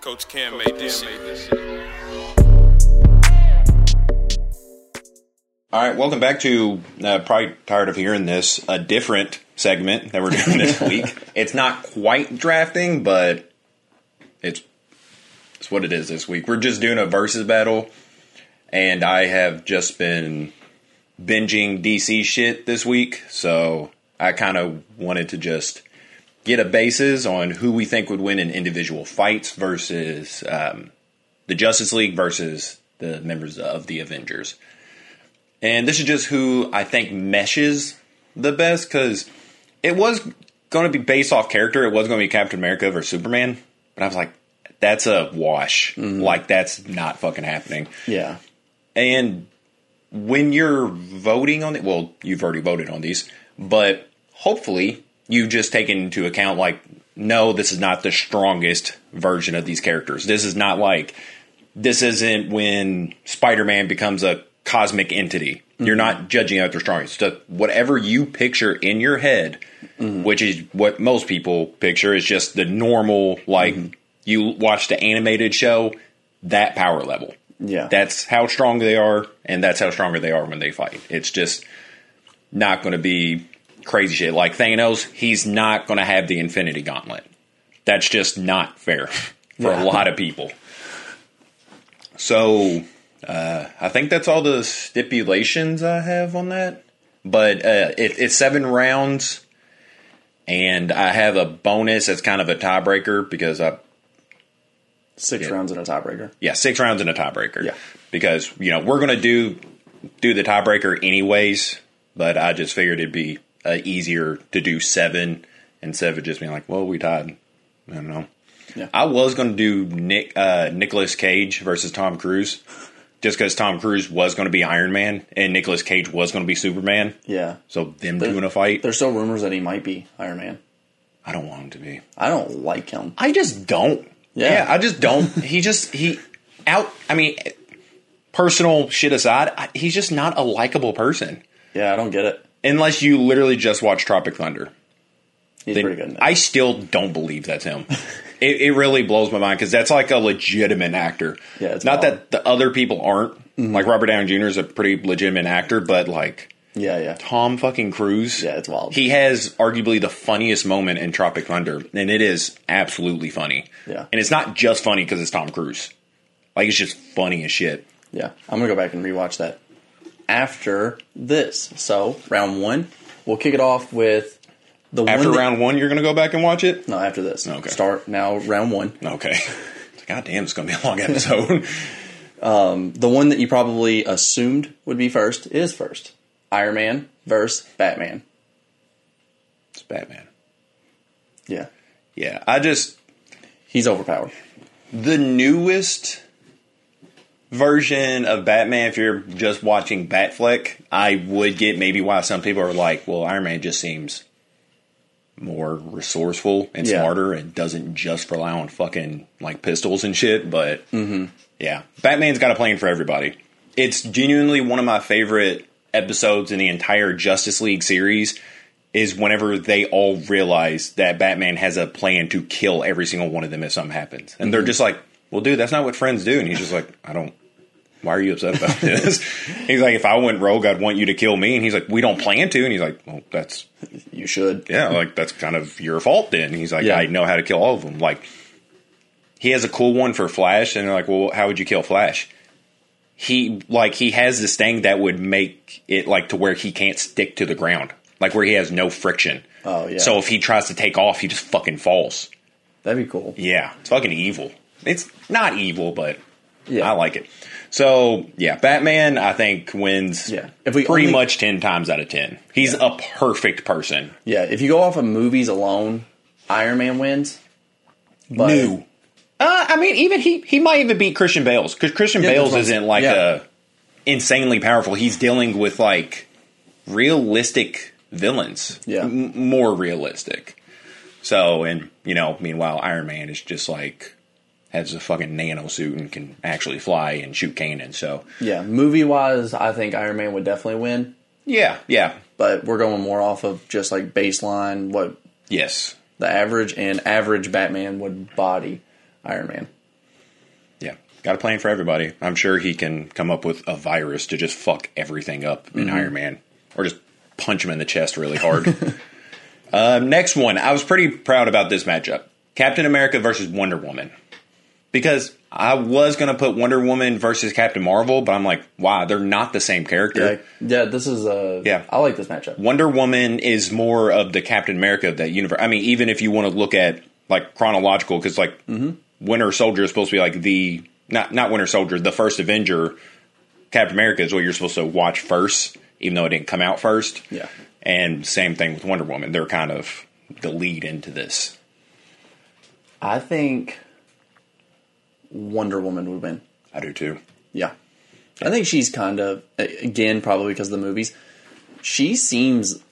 Coach Cam made this shit. All right, welcome back to uh, probably tired of hearing this a different segment that we're doing this week. It's not quite drafting, but it's it's what it is this week. We're just doing a versus battle, and I have just been binging DC shit this week, so I kind of wanted to just get a basis on who we think would win in individual fights versus um, the Justice League versus the members of the Avengers. And this is just who I think meshes the best because it was going to be based off character. It was going to be Captain America versus Superman. But I was like, that's a wash. Like, that's not fucking happening. Yeah. And when you're voting on it, well, you've already voted on these, but hopefully you've just taken into account, like, no, this is not the strongest version of these characters. This is not like, this isn't when Spider Man becomes a cosmic entity. You're not judging out their strongest. So whatever you picture in your head, which is what most people picture, is just the normal, like, you watch the animated show, that power level Yeah. that's how strong they are, and that's how stronger they are when they fight. It's just not going to be crazy shit. Like Thanos, he's not going to have the Infinity Gauntlet. That's just not fair for a lot of people. So, uh, I think that's all the stipulations I have on that. But uh, it, it's seven rounds, and I have a bonus that's kind of a tiebreaker because I six rounds in a tiebreaker. yeah, six rounds in a tiebreaker. Yeah. Because, you know, we're going to do do the tiebreaker anyways, but I just figured it'd be uh, easier to do seven instead of just being like, well, we tied. I don't know. Yeah. I was going to do Nick uh, Nicholas Cage versus Tom Cruise just because Tom Cruise was going to be Iron Man and Nicholas Cage was going to be Superman. Yeah. So them two in a fight, There's still rumors that he might be Iron Man. I don't want him to be. I don't like him. I just don't. Yeah. I just don't. he just he out. I mean, personal shit aside, I, he's just not a likable person Yeah, I don't get it. unless you literally just watch Tropic Thunder. He's Then pretty good. In it. I still don't believe that's him. it, it really blows my mind because that's like a legitimate actor. Yeah, it's not wild. Mm-hmm. that the other people aren't. Like Robert Downey Jr. is a pretty legitimate actor, but like yeah, yeah. Tom fucking Cruise. Yeah, it's wild. He has arguably the funniest moment in Tropic Thunder, and it is absolutely funny. Yeah. And it's not just funny because it's Tom Cruise. Like, it's just funny as shit. Yeah, I'm gonna go back and rewatch that after this. So round one, we'll kick it off with the After one that- round one, you're going to go back and watch it? no, after this. Okay. Start now. Round one, Okay. God damn, it's going to be a long episode. the one that you probably assumed would be first is first. Iron Man versus Batman. it's Batman. Yeah, Yeah. I just, he's overpowered. the newest version of Batman, if you're just watching Batfleck, I would get maybe why some people are like, well, Iron Man just seems more resourceful and Yeah. smarter and doesn't just rely on fucking like pistols and shit. But yeah, Batman's got a plan for everybody. It's genuinely one of my favorite episodes in the entire Justice League series. Is whenever they all realize that Batman has a plan to kill every single one of them if something happens, and they're just like, "Well, dude, that's not what friends do." And he's just like, "I don't. Why are you upset about this?" he's like, "If I went rogue, I'd want you to kill me." And he's like, "We don't plan to." And he's like, "Well, that's You should. yeah, like that's kind of your fault then. He's like, Yeah. I know how to kill all of them. Like, he has a cool one for Flash, and they're like, well, how would you kill Flash? He like he has this thing that would make it like to where he can't stick to the ground, like where he has no friction. Oh, yeah. So if he tries to take off, he just fucking falls. That'd be cool. Yeah, it's fucking evil. It's not evil, but Yeah. I like it. So yeah, Batman I think wins. Yeah. If we pretty only- much ten times out of ten, he's a perfect person. Yeah, if you go off of movies alone, Iron Man wins. But new. Uh, I mean, even he he might even beat Christian Bale's because Christian Yeah, Bale's that's what I'm isn't like saying. a insanely powerful. He's dealing with like realistic villains, Yeah. M- more realistic. So, and you know, meanwhile, Iron Man is just like has a fucking nano suit and can actually fly and shoot cannon. So, yeah, movie wise, I think Iron Man would definitely win. yeah, yeah, But we're going more off of just like baseline what yes, the average and average Batman would body Iron Man. Got a plan for everybody. I'm sure he can come up with a virus to just fuck everything up in Iron Man, or just punch him in the chest really hard. uh, next one. I was pretty proud about this matchup: Captain America versus Wonder Woman, because I was gonna put Wonder Woman versus Captain Marvel, but I'm like, wow, they're not the same character. Like, yeah, this is a. Yeah. I like this matchup. Wonder Woman is more of the Captain America of that universe. I mean, even if you want to look at like chronological, because like Winter Soldier is supposed to be like the not not Winter Soldier, the first Avenger. Captain America is what you're supposed to watch first, even though it didn't come out first. Yeah. And same thing with Wonder Woman. They're kind of the lead into this. I think Wonder Woman would win. I do too. Yeah. I think she's kind of, a- again, probably because of the movies, she seems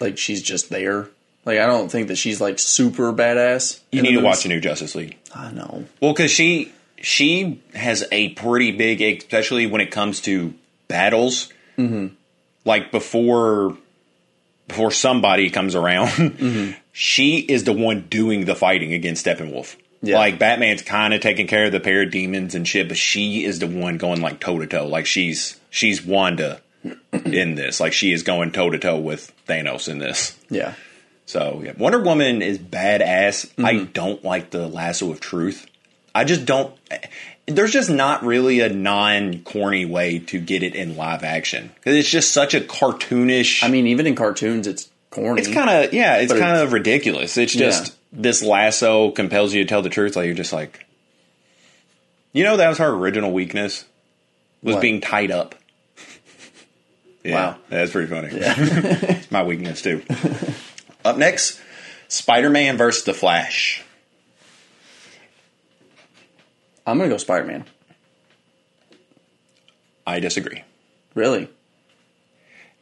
like she's just there. Like, I don't think that she's like super badass. You need to watch the new Justice League. I know. Well, because she she has a pretty big, especially when it comes to battles. Mm-hmm. Like before, before somebody comes around, she is the one doing the fighting against Steppenwolf. Yeah. Like Batman's kind of taking care of the pair of demons and shit, but she is the one going like toe to toe. Like she's she's Wanda in this. Like she is going toe to toe with Thanos in this. Yeah. So yeah, Wonder Woman is badass. I don't like the lasso of truth. I just don't. There's just not really a non corny way to get it in live action because it's just such a cartoonish. I mean, even in cartoons, it's corny. it's kind of yeah, it's But kind of ridiculous. It's just this lasso compels you to tell the truth. Like you're just like, you know, that was her original weakness was What? being tied up. Yeah, Wow. that's pretty funny. it's my weakness too. Up next, Spider Man versus the Flash. I'm going to go Spider Man. I disagree. Really?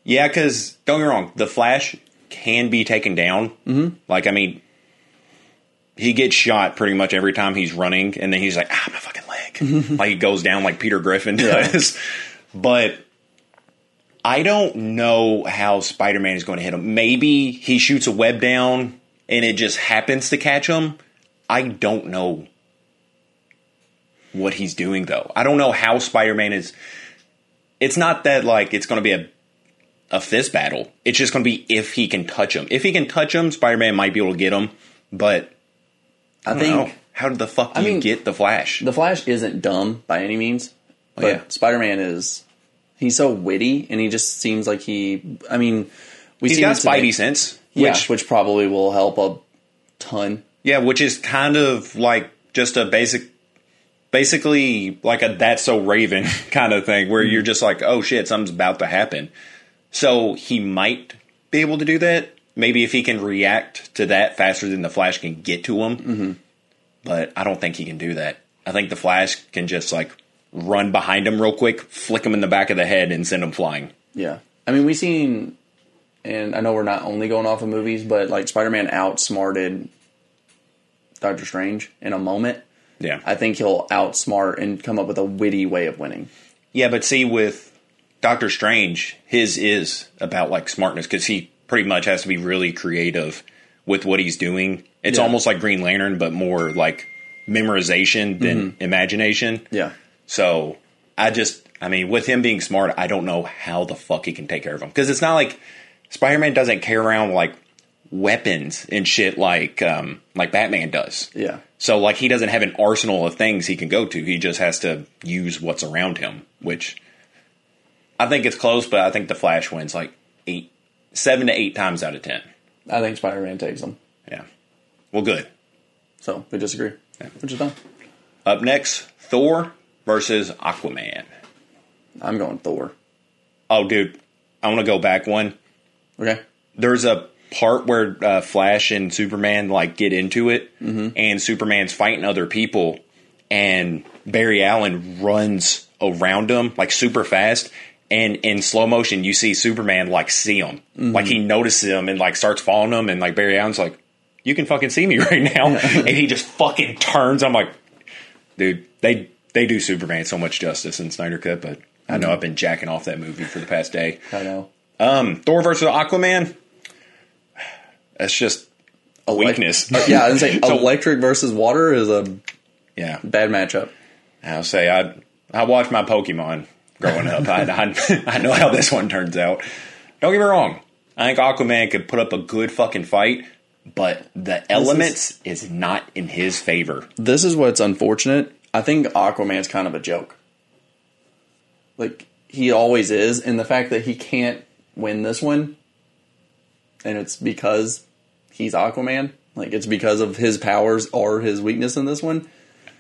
Yeah, because don't get me wrong, the Flash can be taken down. Mm-hmm. Like, I mean, he gets shot pretty much every time he's running, and then he's like, ah, my fucking leg. like, he goes down like Peter Griffin does. But I don't know how Spider Man is going to hit him. Maybe he shoots a web down and it just happens to catch him. I don't know what he's doing, though. I don't know how Spider Man is. It's not that, like, it's going to be a a fist battle. It's just going to be if he can touch him. If he can touch him, Spider Man might be able to get him. But I, I think don't know. how did the fuck do you mean- get the Flash? The Flash isn't dumb by any means, but Oh, yeah. Spider Man is. He's so witty, and he just seems like he. I mean, we He's see got him today. Spidey sense, yeah, which which probably will help a ton. yeah, which is kind of like just a basic, basically like a that's so Raven kind of thing, where you're just like, oh shit, something's about to happen. So he might be able to do that. Maybe if he can react to that faster than the Flash can get to him. But I don't think he can do that. I think the Flash can just like run behind him real quick, flick him in the back of the head, and send him flying. Yeah, I mean, we've seen, and I know we're not only going off of movies, but like Spider Man outsmarted Doctor Strange in a moment. Yeah. I think he'll outsmart and come up with a witty way of winning. Yeah, but see, with Doctor Strange, his is about like smartness because he pretty much has to be really creative with what he's doing. It's Yeah. almost like Green Lantern, but more like memorization than imagination. Yeah, So I just, I mean, with him being smart, I don't know how the fuck he can take care of him because it's not like Spider Man doesn't carry around like weapons and shit like um like Batman does. yeah, So like he doesn't have an arsenal of things he can go to. He just has to use what's around him, which I think it's close, but I think the Flash wins like eight, seven to eight times out of ten. I think Spider Man takes him. Yeah. Well, good. So we disagree, which is fine. Up next, Thor versus Aquaman. I'm going Thor. Oh, dude, I want to go back one. Okay. There's a part where uh, Flash and Superman like get into it, and Superman's fighting other people, and Barry Allen runs around him like super fast. And in slow motion, you see Superman like see him, like he notices him and like starts following him, and like Barry Allen's like, "You can fucking see me right now," and he just fucking turns. I'm like, dude, they they do Superman so much justice in Snyder Cut, but I know I've been jacking off that movie for the past day. I know. Um, Thor versus Aquaman. That's just a weakness. Yeah, I was gonna say So- electric versus water is a yeah, bad matchup. I'll say I I watched my Pokemon growing up. I, I I know how this one turns out. Don't get me wrong. I think Aquaman could put up a good fucking fight, but the elements is, not in his favor. This is what's unfortunate. I think Aquaman's kind of a joke. Like he always is, and the fact that he can't win this one, and it's because he's Aquaman. Like it's because of his powers or his weakness in this one.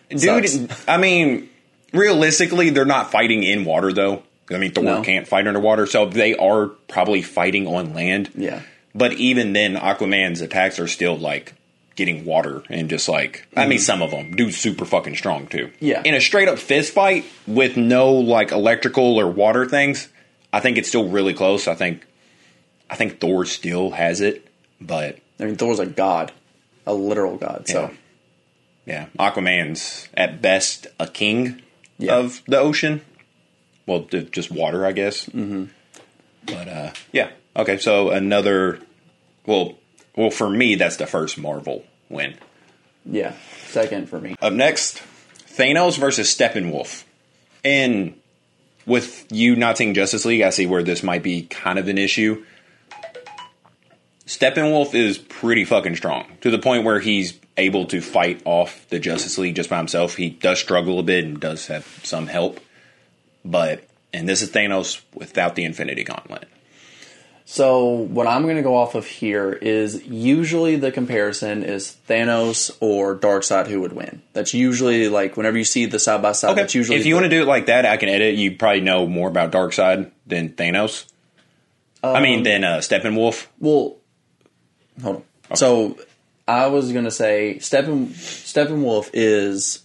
Dude, Sucks. I mean, realistically, they're not fighting in water though. I mean, Thor No. can't fight underwater, so they are probably fighting on land. Yeah, But even then, Aquaman's attacks are still like getting water and just like I mean, some of them dude's super fucking strong too. Yeah. In a straight up fist fight with no like electrical or water things, I think it's still really close. I think, I think Thor still has it, but I mean Thor's a god, a literal god. So yeah, Aquaman's at best a king Yeah. of the ocean. Well, d- just water, I guess. Mm-hmm. But uh, yeah, okay. So another, well, well, for me, that's the first Marvel win. yeah, second for me. Up next, Thanos versus Steppenwolf. And with you not seeing Justice League, I see where this might be kind of an issue. Steppenwolf is pretty fucking strong to the point where he's able to fight off the Justice League just by himself. He does struggle a bit and does have some help. But, and this is Thanos without the Infinity Gauntlet. So what I'm going to go off of here is usually the comparison is Thanos or Darkseid who would win. That's usually like whenever you see the side by side. That's usually if you want to do it like that, I can edit. You probably know more about Darkseid than Thanos. I mean, than uh, Steppenwolf. Well, hold on. So I was gonna say Steppen Steppenwolf is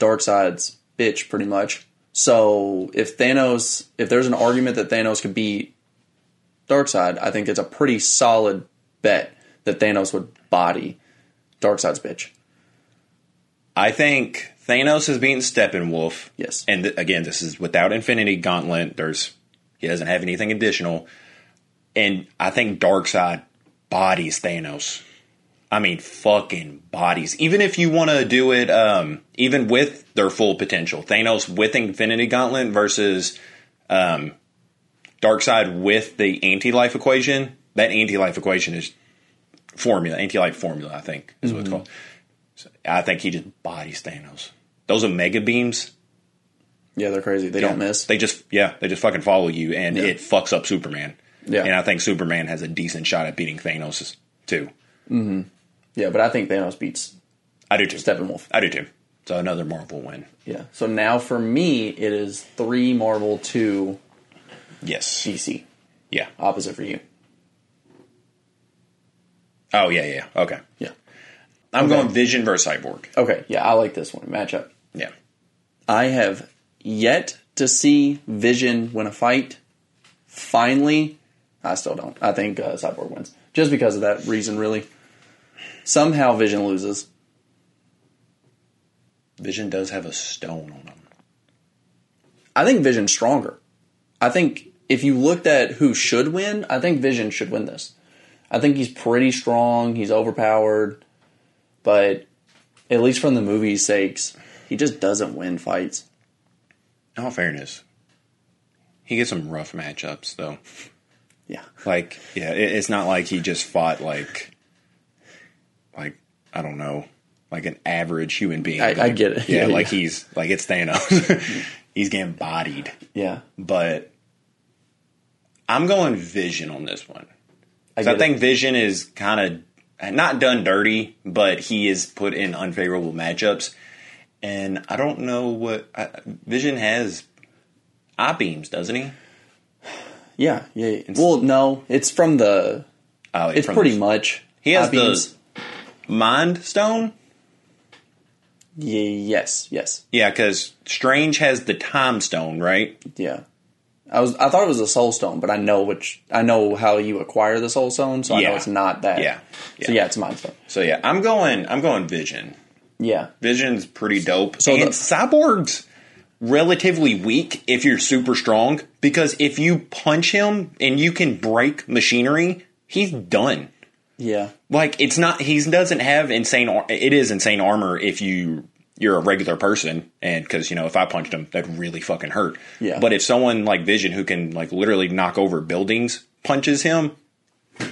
Darkseid's bitch, pretty much. So if Thanos, if there's an argument that Thanos could beat Darkseid, I think it's a pretty solid bet that Thanos would body Darkseid's bitch. I think Thanos has beaten Steppenwolf. Yes. And th- again, this is without Infinity Gauntlet. There's he doesn't have anything additional. And I think Darkseid bodies Thanos. I mean, fucking bodies. Even if you want to do it, um, even with their full potential, Thanos with Infinity Gauntlet versus um, Darkseid with the anti-life equation. That anti-life equation is formula, anti-life formula. I think is what it's called. I think he just bodies Thanos. Those Omega beams, Yeah, they're crazy. They don't miss. They just yeah, they just fucking follow you, and it fucks up Superman. Yeah. and I think Superman has a decent shot at beating Thanos too. yeah, but I think Thanos beats I do too. Steppenwolf. I do too. So another Marvel win. Yeah. So now for me, it is three Marvel, two Yes. DC. Yeah. Opposite for you. Oh yeah yeah. Okay. Yeah. I'm going Vision versus Cyborg. Okay. Yeah, I like this one matchup. Yeah. I have yet to see Vision win a fight. Finally, I still don't. I think uh, Cyborg wins just because of that reason. Really, somehow Vision loses. Vision does have a stone on him. I think Vision's stronger. I think if you looked at who should win, I think Vision should win this. I think he's pretty strong. He's overpowered, but at least from the movie's sakes, he just doesn't win fights. In all fairness, he gets some rough matchups though. Yeah. Like, yeah, it, it's not like he just fought like, like I don't know, like an average human being. I- I get it. Yeah, Yeah, like yeah. he's like it's Thanos. he's getting bodied, Yeah. but I'm going Vision on this one. I, So get I it. think Vision is kind of not done dirty, but he is put in unfavorable matchups, and I don't know what I, Vision has. Eye beams, doesn't he? Yeah, yeah. yeah. Well, no, it's from the. Oh, It's from- pretty much. He has I beams. the mind stone. Ye- yes, yes, Yeah, because Strange has the time stone, right? yeah. I was. I thought it was a soul stone, but I know which. I know how you acquire the soul stone, so I Yeah. know it's not that. Yeah. So yeah, it's mind stone. So yeah, I'm going. I'm going Vision. Yeah. Vision's pretty dope. So So and the- Cyborg's relatively weak if you're super strong because if you punch him and you can break machinery, he's done. Yeah. Like it's not. He doesn't have insane. ar- It is insane armor if you you're a regular person, and because you know if I punched him, that really fucking hurt. Yeah. But if someone like Vision, who can like literally knock over buildings, punches him,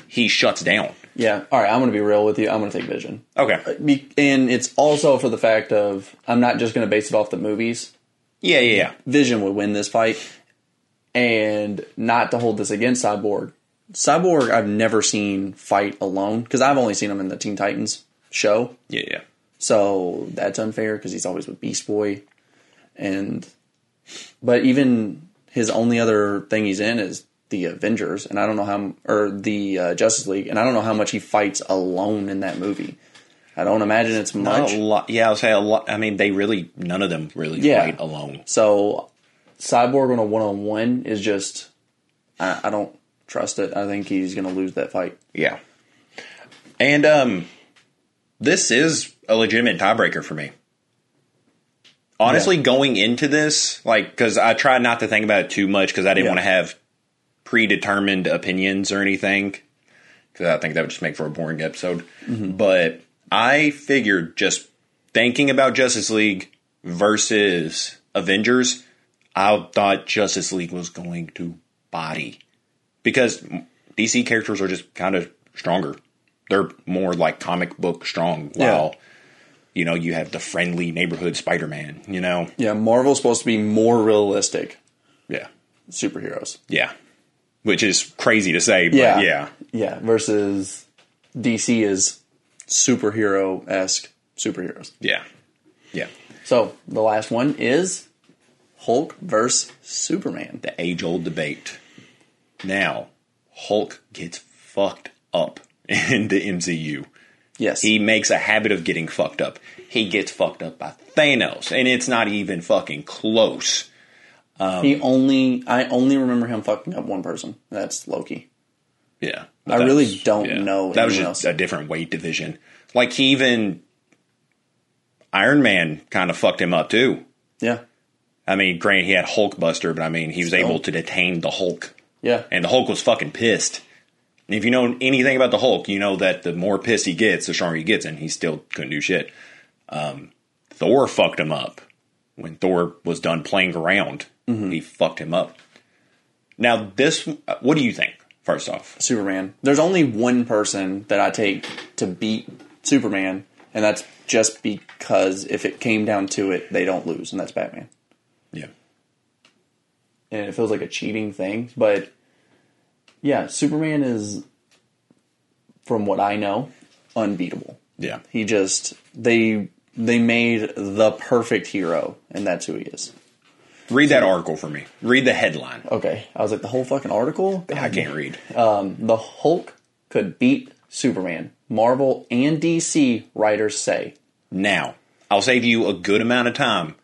he shuts down. Yeah. All right. I'm going to be real with you. I'm going to take Vision. Okay. Be- And it's also for the fact of I'm not just going to base it off the movies. Yeah, yeah, yeah. Vision would win this fight, and not to hold this against Cyborg. Cyborg, I've never seen fight alone because I've only seen him in the Teen Titans show. Yeah, yeah. So that's unfair because he's always with Beast Boy, and but even his only other thing he's in is the Avengers, and I don't know how or the uh, Justice League, and I don't know how much he fights alone in that movie. I don't imagine it's much. A lot. Yeah, I'll say a lot. I mean, they really none of them really Yeah. fight alone. So Cyborg on a one on one is just I, I don't trust it. I think he's going to lose that fight. Yeah. And um, this is a legitimate tiebreaker for me. Honestly, going into this, like, because I tried not to think about it too much because I didn't Yeah. want to have predetermined opinions or anything because I think that would just make for a boring episode. Mm-hmm. But I figured just thinking about Justice League versus Avengers, I thought Justice League was going to body because DC characters are just kind of stronger. They're more like comic book strong, Yeah. while you know you have the friendly neighborhood Spider Man. You know, Yeah, Marvel's supposed to be more realistic yeah, superheroes. yeah, which is crazy to say, but Yeah. yeah, Yeah, versus DC is superhero esque superheroes. yeah, yeah. So the last one is Hulk versus Superman. the age old debate. Now, Hulk gets fucked up in the MCU. Yes, He makes a habit of getting fucked up. He gets fucked up by Thanos, and it's not even fucking close. he only I only remember him fucking up one person. and That's Loki. Yeah. I really don't know That was anyone just else. a different weight division. Like, he even. Iron Man kind of fucked him up, too. Yeah, I mean, granted, he had Hulk Buster, but I mean, he was able to detain the Hulk yeah, and the Hulk was fucking pissed. And if you know anything about the Hulk, you know that the more pissed he gets, the stronger he gets, and he still couldn't do shit. Um, Thor fucked him up when Thor was done playing around. He fucked him up. Now this, what do you think? First off, Superman. There's only one person that I take to beat Superman, and that's just because if it came down to it, they don't lose, and that's Batman. yeah, and it feels like a cheating thing. But yeah, Superman is, from what I know, unbeatable. yeah, He just they they made the perfect hero, and that's who he is. read that article for me. Read the headline. Okay, I was like the whole fucking article. Um, I can't read. The Hulk could beat Superman. Marvel and DC writers say Now, I'll save you a good amount of time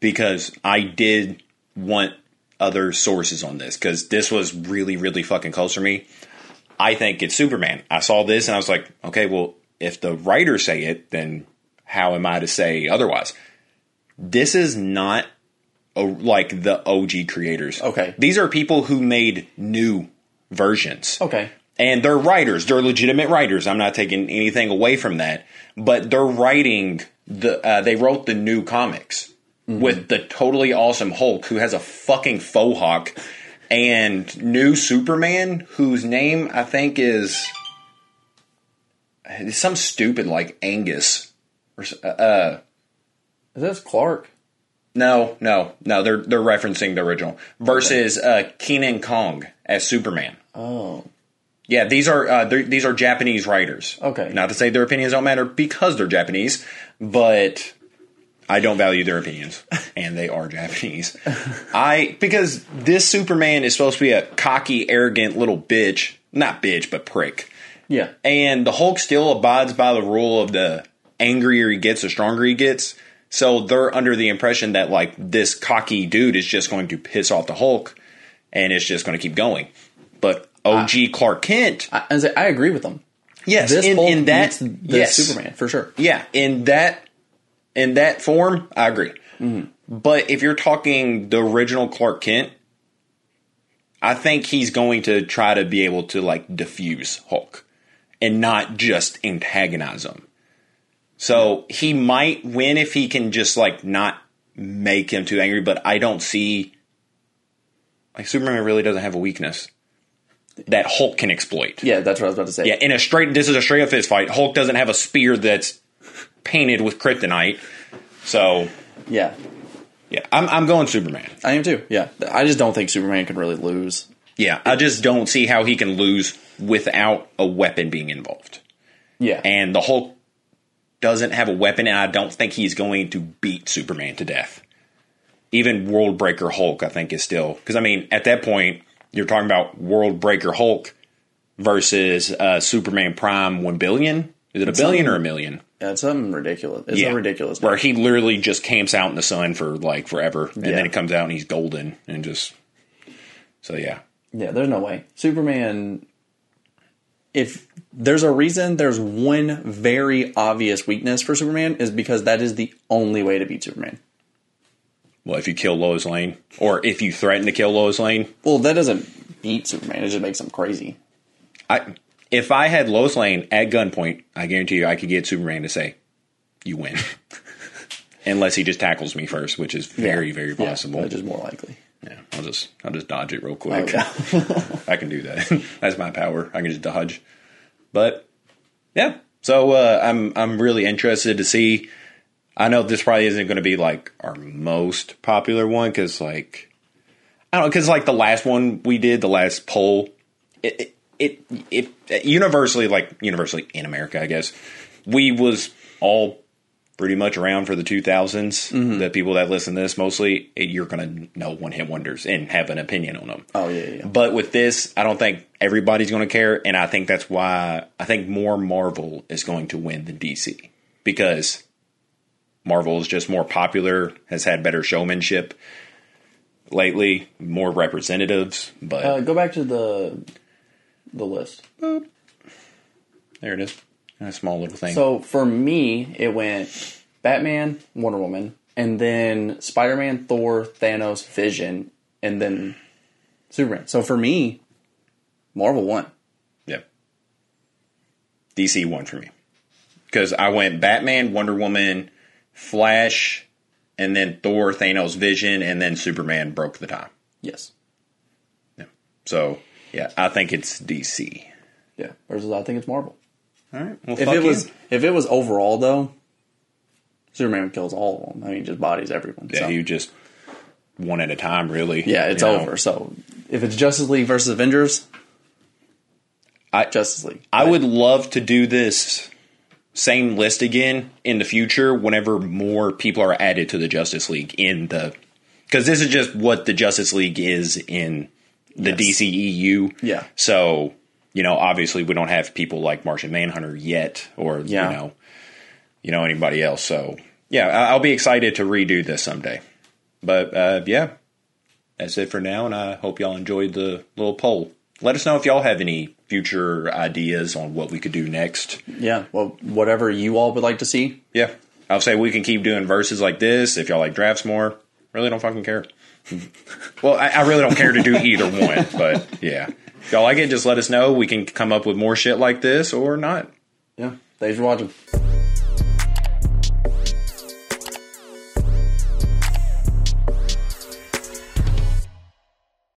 because I did want other sources on this because this was really, really fucking close for me. I think it's Superman. I saw this and I was like, okay, well, if the writers say it, then how am I to say otherwise? This is not o like the OG creators. Okay. These are people who made new versions okay. and they're writers they're legitimate writers i'm not taking anything away from that but they're writing the uh, they wrote the new comics with the totally awesome hulk who has a fucking faux hawk and new superman whose name i think is it's some stupid like angus or s- uh, That's Clark. no no no they're they're referencing the original versus uh, keenan kong as superman Oh, Yeah, these are uh, they're- these are Japanese writers. Okay. Not to say their opinions don't matter because they're Japanese, but I don't value their opinions, and they are Japanese. I because this Superman is supposed to be a cocky, arrogant little bitch, not bitch, but prick. yeah. And the Hulk still abides by the rule of the angrier he gets, the stronger he gets. So they're under the impression that like this cocky dude is just going to piss off the Hulk, and it's just going to keep going. But OG Clark Kent. I, I was like, I agree with them. Yes, This in, Hulk in that beats the yes, Superman for sure. Yeah, in that in that form, I agree. Mm-hmm. But if you're talking the original Clark Kent, I think he's going to try to be able to like diffuse Hulk and not just antagonize him. So he might win if he can just like not make him too angry, but I don't see like Superman really doesn't have a weakness that Hulk can exploit. Yeah, that's what I was about to say. Yeah, in a straight this is a straight up fist fight. Hulk doesn't have a spear that's painted with kryptonite. So yeah, yeah, I'm I'm going Superman. I am too. Yeah, I just don't think Superman can really lose. Yeah, I just don't see how he can lose without a weapon being involved. Yeah, And the Hulk doesn't have a weapon, and I don't think he's going to beat Superman to death. Even World Breaker Hulk, I think, is still because I mean, at that point, you're talking about World Breaker Hulk versus uh, Superman Prime one billion. Is it a billion or a million? that's something ridiculous. It's a ridiculous. Where he literally just camps out in the sun for like forever, and Yeah. then it comes out and he's golden and just. So yeah, Yeah, there's no way. Superman if there's a reason there's one very obvious weakness for Superman is because that is the only way to beat Superman. well, if you kill Lois Lane, or if you threaten to kill Lois Lane, Well, that doesn't beat Superman, it just makes him crazy. I if I had Lois Lane at gunpoint, I guarantee you I could get Superman to say, "You win," unless he just tackles me first, which is very very Yeah, possible. Yeah, Which is more likely. I'll just I'll just dodge it real quick. yeah. I can do that. That's my power. I can just dodge. But yeah, so uh, I'm I'm really interested to see. I know this probably isn't going to be like our most popular one because like I don't know because like the last one we did the last poll it it it, it universally like universally in America I guess we was all pretty much around for the 2000s the people that listen to this mostly you're gonna know one hit wonders and have an opinion on them Oh yeah, yeah, yeah. but with this, I don't think everybody's going to care, and I think that's why I think more Marvel is going to win than DC because Marvel is just more popular, has had better showmanship lately, more representatives. But Uh, go back to the the list. there it is, a small little thing. So for me, it went Batman, Wonder Woman, and then Spider Man, Thor, Thanos, Vision, and then Superman. So for me, Marvel won. yeah, DC won for me because I went Batman, Wonder Woman, Flash, and then Thor, Thanos, Vision, and then Superman broke the tie. Yes. So yeah, I think it's DC. Yeah. Versus I think it's Marvel. All right. Well, If it was if it was overall though, Superman kills all of them. I mean, just bodies everyone. yeah, so. you just one at a time, really. yeah, it's you know. over. So if it's Justice League versus Avengers, I- Justice League. I would love to do this same list again in the future whenever more people are added to the Justice League in the because this is just what the Justice League is in the DCEU. Yeah. So, you know, obviously we don't have people like Martian Manhunter yet or Yeah. you know you know anybody else. So, yeah, I- I'll be excited to redo this someday. But uh yeah. That's it for now and I hope y'all enjoyed the little poll. Let us know if y'all have any future ideas on what we could do next. yeah. Well, whatever you all would like to see. Yeah. I'll say we can keep doing verses like this if y'all like drafts more. Really don't fucking care. well, I, I really don't care to do either one, but yeah. If y'all like it, just let us know. We can come up with more shit like this or not. Yeah. Thanks for watching.